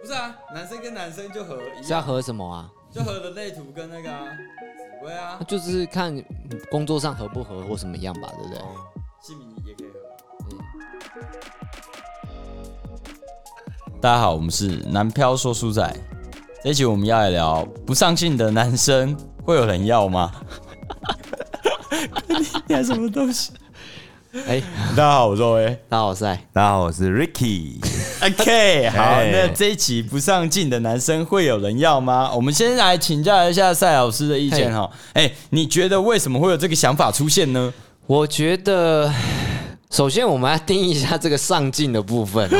不是啊，男生跟男生就合一是要样，合什么啊？就合人类图跟那个啊，紫薇啊那，就是看工作上合不合或什么样吧，对不对？哦姓名也可以合。嗯大家好，我们是南漂说书仔。这一集我们要来聊不上进的男生会有人要吗？ 你还什么东西？哎、大家好，我是 O A。大家好，我是艾大家好，我是 Ricky。 OK，好，哎那这一集不上进的男生会有人要吗？我们先来请教一下赛老师的意见哈。哎、你觉得为什么会有这个想法出现呢？我觉得，首先我们要定义一下这个上进的部分、哦，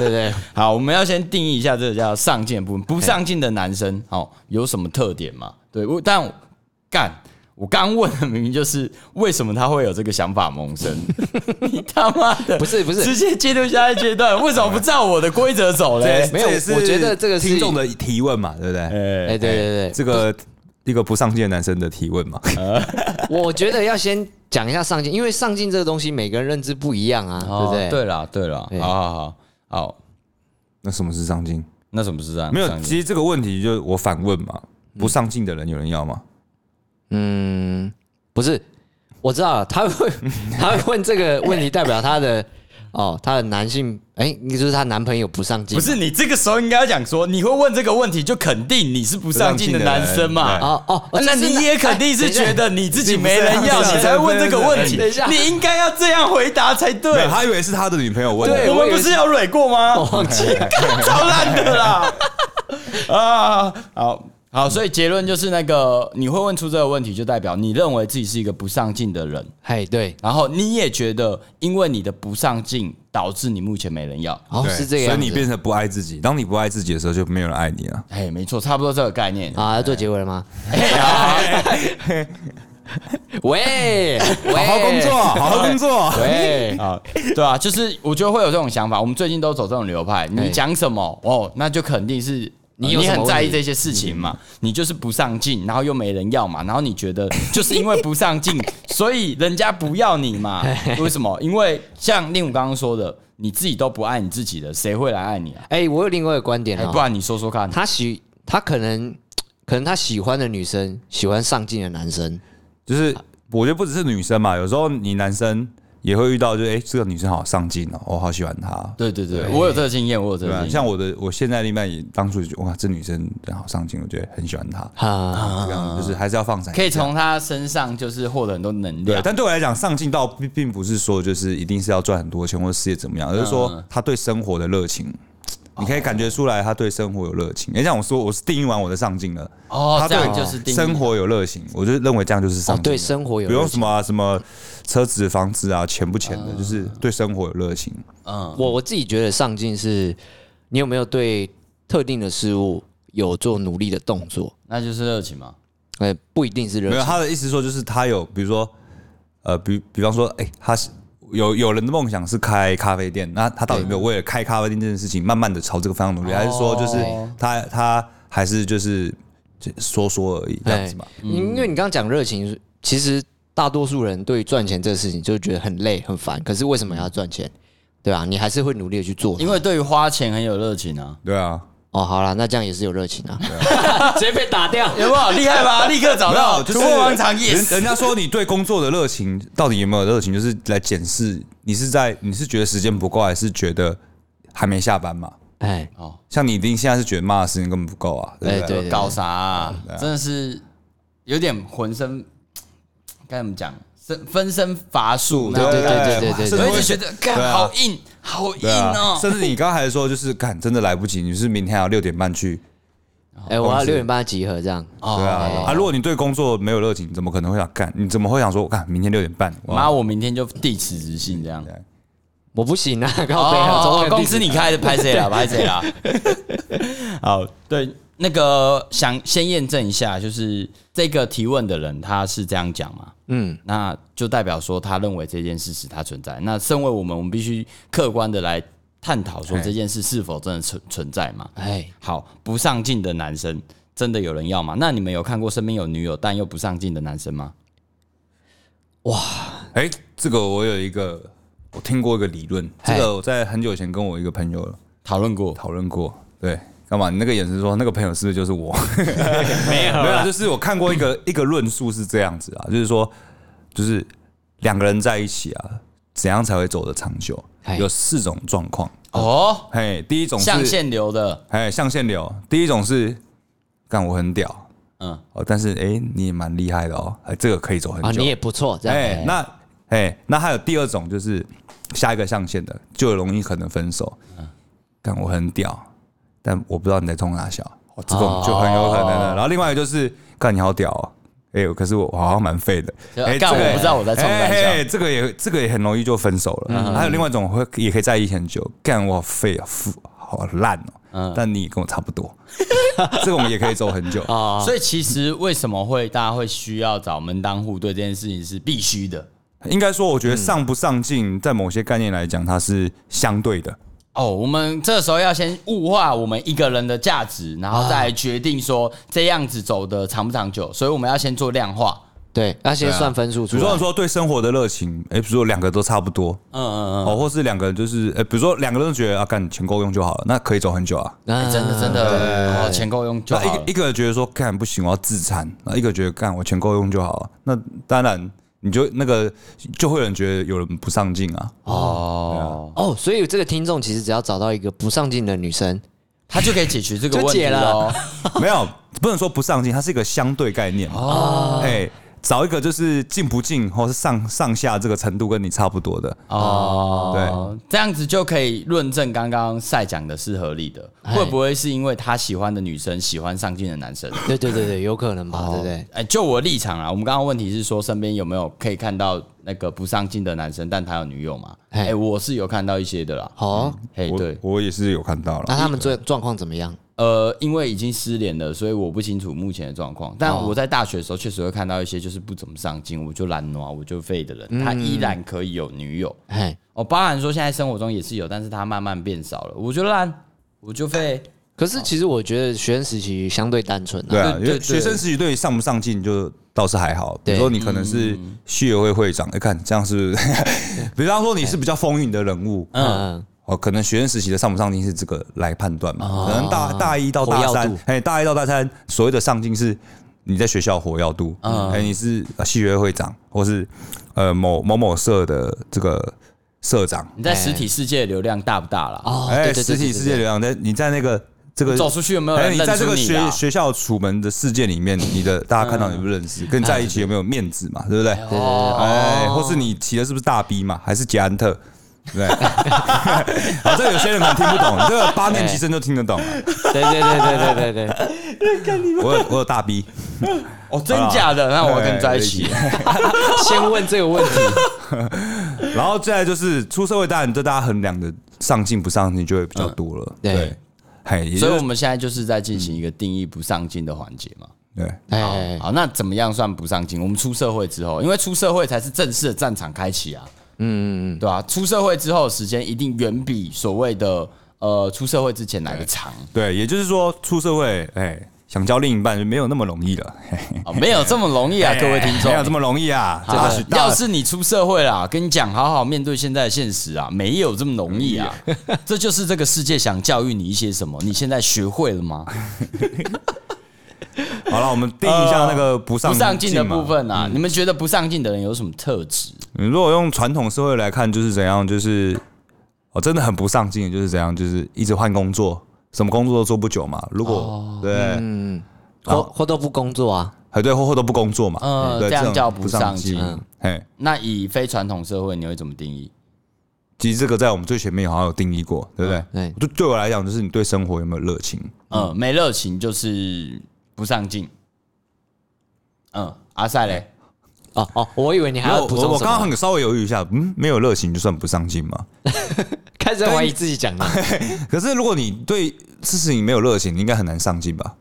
对不对？好，我们要先定义一下这个叫上进的部分。不上进的男生，哦，有什么特点吗？对，我但我干，我刚问的明明就是为什么他会有这个想法萌 生。你他妈的，不是不是直接进入下一阶段，为什么不照我的规则走嘞？哎没有这也是我觉得这个是听众的提问嘛，对不对？哎、哎、对对对，这个一个不上进的男生的提问嘛，哎我觉得要先讲一下上进，因为上进这个东西每个人认知不一样啊，对哦不对？对啦，对啦，对好好好好，那什么是上进？那什么是这样？没有上，进其实这个问题就是我反问嘛，不上进的人有人要吗？嗯，不是，我知道了他会 他会问这个问题，代表他的哦，他的男性哎，就是他男朋友不上进不嘛，是你这个时候应该要讲说，你会问这个问题，就肯定你是不上进的男生嘛。不上进的人哦哦，那哎这是你男也肯定是觉得你自己没人要，哎你啊才会问这个问题。等一下你应该要这样回答才没对有。他以为是他的女朋友问对，的。我们不是有蕊过吗我？忘记了， 超烂的 啦！啊，好好，所以结论就是那个你会问出这个问题，就代表你认为自己是一个不上进的人，哎对，然后你也觉得因为你的不上进导致你目前没人要。哦对是这个样所子，以你变成不爱自己。当你不爱自己的时候，就没有人爱你了。哎，没错，差不多这个概 念。哎啊要做结尾了 吗？喂，好好好哎工作，好好工作。 喂，啊，对啊，就是我觉得会有这种想法。我们最近都走这种流派，你讲什么哦，那就肯定是你你有什么很在问意题这些事情嘛，你就是不上进，然后又没人要嘛，然后你觉得就是因为不上进，所以人家不要你嘛？为什么？因为像令武刚刚说的，你自己都不爱你自己的，谁会来爱你啊？哎，我有另外一个观点哎，哦不，然你说说看。他喜他可能可能他喜欢的女生喜欢上进的男生，就是我觉得不只是女生嘛，有时候你男生也会遇到，就哎、诶这个女生好上进哦，我好喜欢她。对对对，我有这个经验，我有这对个经吧？验。像我的，我现在另外也当初就觉得哇，这女生真好上进，我觉得很喜欢她。哈，这样就是还是要放闪一下，啊可以从他身上就是获得很多能对啊量。。但对我来讲，上进到并并不是说就是一定是要赚很多钱或者事业怎么样，而是嗯说她对生活的热情。哦你可以感觉出来，她对生活有热情。你像我说，我是定义完我的上进了，哦，她这样对就是定义生活有热情，我就认为这样就是上哦进。对生活有不热用情什么啊、什么车子、房子啊，钱不钱的，嗯就是对生活有热情。我我自己觉得上进是，你有没有对特定的事物有做努力的动作？那就是热情嘛。呃，不一定是热没有情，他的意思说，就是他有，比如说，呃，比比方说，哎、他是有有人的梦想是开咖啡店，那他到底有没有为了开咖啡店这件事情，慢慢的朝这个方向哦努力，还是说就是他他还是就是就说说而已这样子嘛？因因为你刚刚讲热情，其实大多数人对于赚钱这个事情就觉得很累很烦，可是为什么要赚钱？嗯对啊，你还是会努力的去做它。因为对于花钱很有热情啊，对啊，哦，好啦，那这样也是有热情啊，直接被打掉。有没有厉害吧？立刻找到啊就是突破王场人 yes。人家说你对工作的热情到底有没有热情，就是来检视你是在你是觉得时间不够，还是觉得还没下班嘛？哎，像你一定现在是觉得骂的时间根本不够啊，对不哎对？对，哦搞啥、啊？真的是有点浑身，该怎么讲？分分身乏术，哎啊对对对对对对甚所至以就会觉觉得得，干、啊好硬，好硬对啊哦，、甚至你刚才说就是干真的来不及，你是明天还要六点半去，哎，我要六点半集合这样。哦对啊啊！如果你对工作没有热情，怎么可能会想干？你怎么会想说干明天六点半？我妈，我明天就递辞职信这样。我不行啊，靠背啊，哦总，公司你开的拍谁啦？拍谁啦？好，对，那个想先验证一下，就是这个提问的人他是这样讲吗？嗯，那就代表说他认为这件事实它存在。那身为我们，我们必须客观的来探讨说哎这件事是否真的存存在嘛？哎，好，不上进的男生真的有人要吗？那你们有看过身边有女友但又不上进的男生吗？哎、这个我有一个，我听过一个理论，嘿这个我在很久以前跟我一个朋友讨论过，讨论过。对，干嘛？你那个眼神说那个朋友是不是就 是我？没有没有，啦，就是我看过一个一个论述是这样子啊，就是说，就是两个人在一起啊，怎样才会走得长久哎？有四种状况。哦，嘿，第一种象是限流的，哎象限流，第一种是干我很屌嗯，哦，但是哎、你也蛮厉害的哦，哎这个可以走很啊，久。你也不错，这样。哎哎，那哎那还有第二种就是下一个象限的，就容易可能分手。嗯干我很屌，但我不知道你在冲哪小，哦这种就很有可能了。然后另外一个就是干你好屌哦。哎、可是我我好像蛮废的。就哎干这个我不知道我在冲哪小嗯哎哎这个也这个也很容易就分手了。还有另外一种会也可以在一起很久，干我好废啊，负好烂哦。嗯但你跟我差不多， 这种也可以走很久。所以其实为什么会大家会需要找门当户对这件事情是必须的应该说，我嗯觉得上不上进，在某些概念来讲，它是相对的。哦。我们这时候要先物化我们一个人的价值，然后再来决定说这样子走的长不长久。所以我们要先做量化。对，要先算分数比出如来啊说，。说对生活的热情，哎、比如说两个都差不多，啊嗯嗯哦，或是两个人就是，哎、比如说两个人都觉得啊，干钱够用就好了，那可以走很久啊。嗯，啊真的真的，哦，钱够用就那一好个了一。个觉得说干不行，我要自残；那一个觉得干我钱够用就好了。那当然，你就那个就会有人觉得有人不上 进啊。哦，哦，所以这个听众其实只要找到一个不上进的女 生，他就可以解决这个问就题解了了。 没有，不能说不上进，它是一个相对概念哦。哎、找一个就是进不进，或是上上下这个程度跟你差不多的，哦，对，这样子就可以论证刚刚赛讲的是合理的，哎会不会是因为他喜欢的女生喜欢上进的男生？对对对对，有可能吧，对不对？哎，就我的立场啊，我们刚刚问题是说身边有没有可以看到那个不上进的男生，但他有女友嘛？哎哎，我是有看到一些的啦。哦，哎，我对，我也是有看到了。那他们状状况怎么样？呃，因为已经失联了，所以我不清楚目前的状况。哦但我在大学的时候确实会看到一些就是不怎么上进，我就懒惰，我就废的嗯人，他依然可以有女友。哎，哦，包含说现在生活中也是有，但是他慢慢变少了。我就烂，我就废。可是其实我觉得学生时期相对单纯对啊，啊，对因为对学生时期对于上不上进就倒是还好，比对嗯如说你可能是系学会会长，哎，看这样是 不是，比方说你是比较风云的人物，嗯，哦，可能学生时期的上不上进是这个来判断嘛，可能大大一到活大跃三哦度，哎，大一到大三所谓的上进是你在学校活跃度，嗯哎，你是系学会会长，或是呃某某某社的这个社长，你在实体世界的流量大不大啦？哦，哎，对对对实体对世对界对流量，在你在那个这个走出去有没有哎，人你认在这出个你啊学啦？学校楚门的事件里面，你的大家看到你不认识，哎跟你在一起有没有面子嘛？对不对？哦哎，或是你骑的是不是大 B 嘛？还是捷安特？对不对， 好，这个有些人可能听不 懂，这个八年级生就听得懂了。啊哎对对对对对对对，我有我有大 B，哎哦，真假的？那 我要跟你在一起。 先问这个问题，然后再来就是出社会，当然对大家衡量的上进不上进就会比较多了。对对，嘿，也嗯所以就我是嗯们现在就是在进行一个定义不上进的环节嘛。对。哎哎，哎好，那怎么样算不上进？我们出社会之后，因为出社会才是正式的战场开启啊。嗯嗯嗯，对啊，出社会之后的时间一定远比所谓的呃出社会之前来的长对，也就是说出社会，哎，想交另一半就没有那么容易了。嘿嘿啊，没有这么容易啊，各位听众嗯哎没。有这么容易啊！好大学大要是你出社会啦，跟你讲，好好面对现在的现实啊，没有这么容易啊。 这就是这个世界想教育你一些什么，你现在学会了吗？好了，我们定一下那个不上不上进的嘛嗯部。分啊，你们觉得不上进的人有什么特质？你如果用传统社会来看，就是怎样，就是哦，真的很不上进，就是怎样，就是一直换工作，什么工作都做不久嘛。如果、对，或或都不工作啊，还对或或都不工作嘛，嗯对，这样种叫不不上进进。嗯哎，那以非传统社会，你会怎么定义？其实这个在我们最前面好像有定义过，对不对？嗯对，对我来讲，就是你对生活有没有热情？嗯，没热情就是不上进。嗯，阿塞嘞，哦哦，我以为你还我要补我充我什刚刚么，很稍微犹豫一下，嗯，没有热情就算不上进嘛。开始在怀疑自己讲的，可是如果你对事情没有热情，你应该很难上进吧？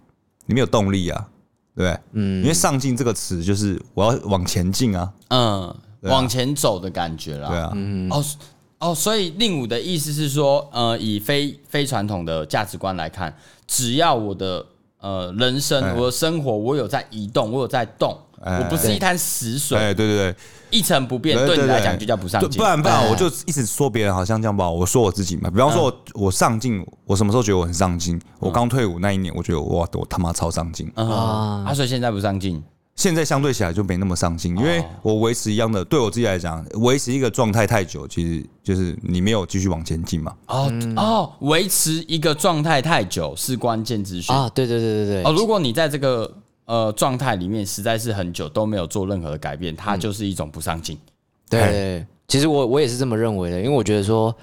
你没有动力啊，对不对？嗯，因为上进这个词就是我要往前进啊，嗯，对啊往前走的感觉啦。对啊，哦所哦，所以令武的意思是说，呃，以非非传统的价值观来看，只要我的呃人生、哎我的生活，我有在移动，我有在动，哎我不是一滩死水，哎，对对对，一成不变，对你来讲就叫不上对进不。然不然，哎我就一直说别人好像这样不好，我说我自己嘛。比方说我，我上进，我什么时候觉得我很上进？我刚退伍那一年，我觉得哇，我他妈超上进。啊，啊，所以现在不上进，现在相对起来就没那么上进，因为我维持一样的，对我自己来讲，维持一个状态太久，其实就是你没有继续往前进嘛。哦嗯哦，维持一个状态太久是关键资讯啊，对对对对哦。对，如果你在这个呃状态里面实在是很久都没有做任何的改变，嗯它就是一种不上进。对哎对对，其实我我也是这么认为的，因为我觉得说，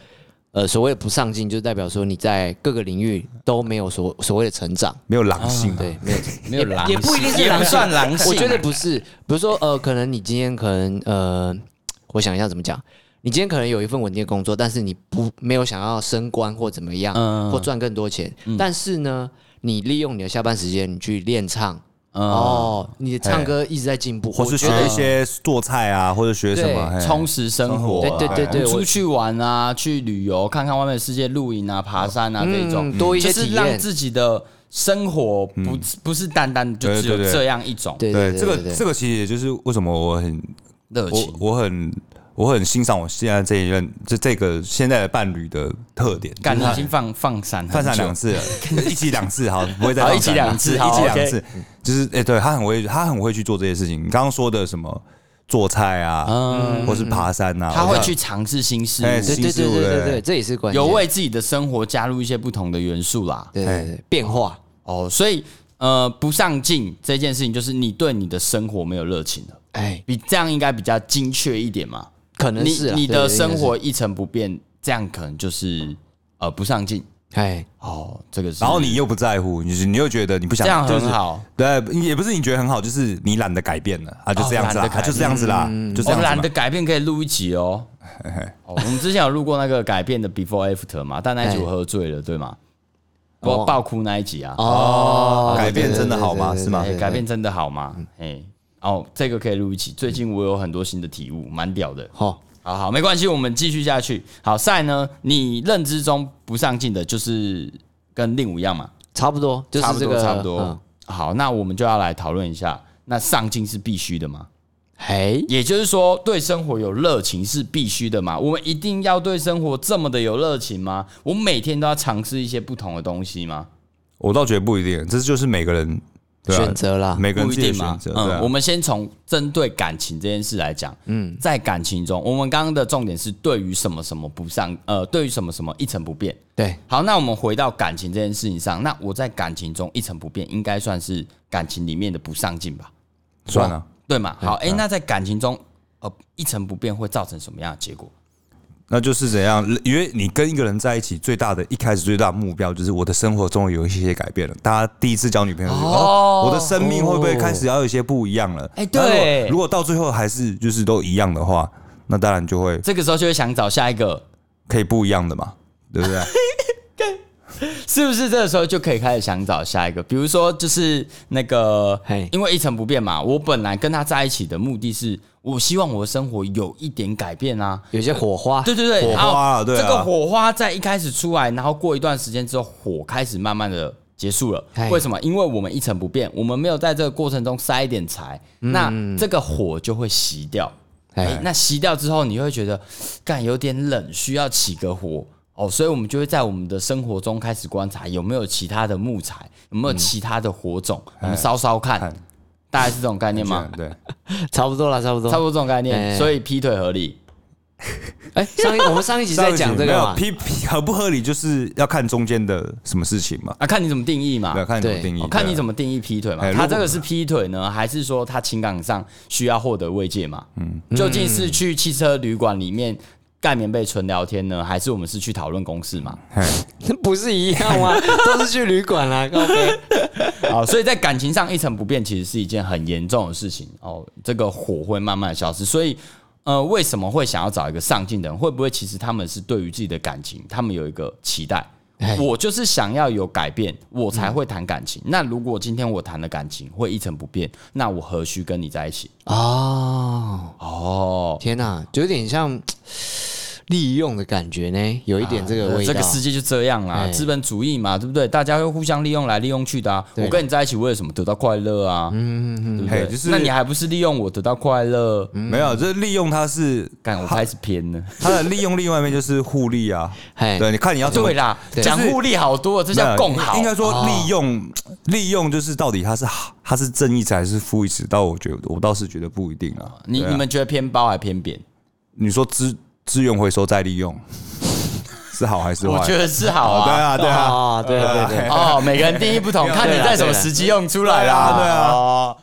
呃，所谓的不上进，就代表说你在各个领域都没有所所谓的成长，没有狼性、啊，对，没有没有狼性，也不一定是也狼性不算狼性。我觉得不是，比如说呃，可能你今天可能呃，我想一下怎么讲，你今天可能有一份稳定的工作，但是你不没有想要升官或怎么样，嗯或赚更多钱，但是呢，你利用你的下班时间，你去练唱，嗯哦，你的唱歌一直在进步，或我是觉得学一些做菜啊，或者学什么对嘿充实生活啊，对对对对你我出去玩啊，去旅游，看看外面的世界，露营啊，爬山啊，这种嗯多一些就是体让验嗯自己的生活不不是单单就只有对对对这样一种对对对这对个对这个其实也就是为什么我很热情我。我很我很欣赏我现在这一任这这个现在的伴侣的特点，干，你就是已经放放闪很久，犯上两次了，一起两次好，不会再好犯一起闪两次一好起两 OK 次，就是哎，对他很会，他很会去做这些事情。你刚刚说的什么做菜啊，或是爬山啊，嗯他我会看去尝试新事哎物，对对对对对对对，这也是关键，有为自己的生活加入一些不同的元素啦。对对对变化，哦，所以呃，不上进这件事情，就是你对你的生活没有热情了，哎，比这样应该比较精确一点嘛。可能你是啊你对的对生应该活一成不变，这样可能就是呃不上进是哎，哦，这个是。然后你又不在乎，你是你又觉得你不想这样就很是好，对，也不是你觉得很好，就是你懒得改变了啊，就哦这样子懒啦，得啊改嗯就这样子啦，就这我们样子哦懒嘛得改变可以录一集 哦。哦，我们之前有录过那个改变的 before after 嘛，但那一集我喝醉了，对吗？我哎哦爆哭那一集啊，哦，改变真的好对对吗对对是吗哎对啊对嗯改变真的好吗？哎，哦，这个可以录一集。最近我有很多新的体悟，蛮屌的。好，好好，没关系，我们继续下去。好，赛呢，你认知中不上进的，就是跟令武一样嘛，差不多就是差不这多个差不多嗯。好，那我们就要来讨论一下，那上进是必须的吗？哎，也就是说，对生活有热情是必须的嘛？我们一定要对生活这么的有热情吗？我每天都要尝试一些不同的东西吗？我倒觉得不一定，这就是每个人对啊选择啦，每个人不一自己的定选嘛。择，对啊嗯，我们先从针对感情这件事来讲。嗯，在感情中，我们刚刚的重点是对于什么什么不上，呃，对于什么什么一成不变。对，好，那我们回到感情这件事情上，那我在感情中一成不变，应该算是感情里面的不上进吧？算了。对嘛？好，嗯诶，那在感情中，呃，一成不变会造成什么样的结果？那就是怎样？因为你跟一个人在一起，最大的一开始最大的目标就是我的生活终于有一些些改变了。大家第一次交女朋友就觉得，哦哦，我的生命会不会开始要有一些不一样了？哎那如果对如果到最后还是就是都一样的话，那当然就会这个时候就会想找下一个，可以不一样的嘛，对不 对？是不是这个时候就可以开始想找下一个？比如说，就是那个嘿，因为一成不变嘛，我本来跟他在一起的目的是，我希望我的生活有一点改变啊。有些火花，对对对，火花啊然后对啊这个火花在一开始出来，然后过一段时间之后，火开始慢慢的结束了嘿。为什么？因为我们一成不变，我们没有在这个过程中塞一点柴，嗯那这个火就会熄掉。哎哎，，那熄掉之后，你会觉得干有点冷，需要起个火哦，所以我们就会在我们的生活中开始观察有没有其他的木材，有没有其他的火种，我们烧烧看嗯哎，大概是这种概念吗？对，差不多啦，差不多，差不多这种概念，哎所以劈腿合理。哎，上一我们上一集在讲这没个有嘛，批批合不合理，就是要看中间的什么事情嘛，啊，看你怎么定义嘛对，。看你怎么对定义哦，看你么怎么定义劈腿嘛哎？如他果这个是劈腿呢，还是说他情感上需要获得慰藉嘛？嗯，究竟是去汽车旅馆里面盖棉被纯聊天呢，还是我们是去讨论公事嘛？ 不是一 样吗？都是去旅馆啦，靠北好，所以在感情上一成不变，其实是一件很严重的事情哦。这个火会慢慢地消失，所以呃，为什么会想要找一个上进的人？会不会其实他们是对于自己的感情，他们有一个期待哎？我就是想要有改变，我才会谈感情。那如果今天我谈的感情会一成不变，那我何须跟你在一起？哦，哦，天哪，就有点像利用的感觉呢，有一点这个味道。啊这个世界就这样啦，哎资本主义嘛，对不对？大家会互相利用来利用去的啊。对我跟你在一起为了什么？得到快乐啊，嗯，对不嘿对？就是那你还不是利用我得到快乐？没有，就是利用 它是干，我开始偏了。它的利用，另外一面就是互利啊。哎，对，你看你要怎么 对啦，对讲互利好多，这叫共好哦应。该说利用、利用就是到底它是它是正义还是负义迟到我觉得我倒是觉得不一定啊。哦你对啊你们觉得偏包还偏扁？你说资资源回收再利用 是好还是坏？我觉得是好对啊。啊对啊，啊哦，对对对， 哦，每个人定义不同，看你在什么时机用出来啦。对啊对啊哦，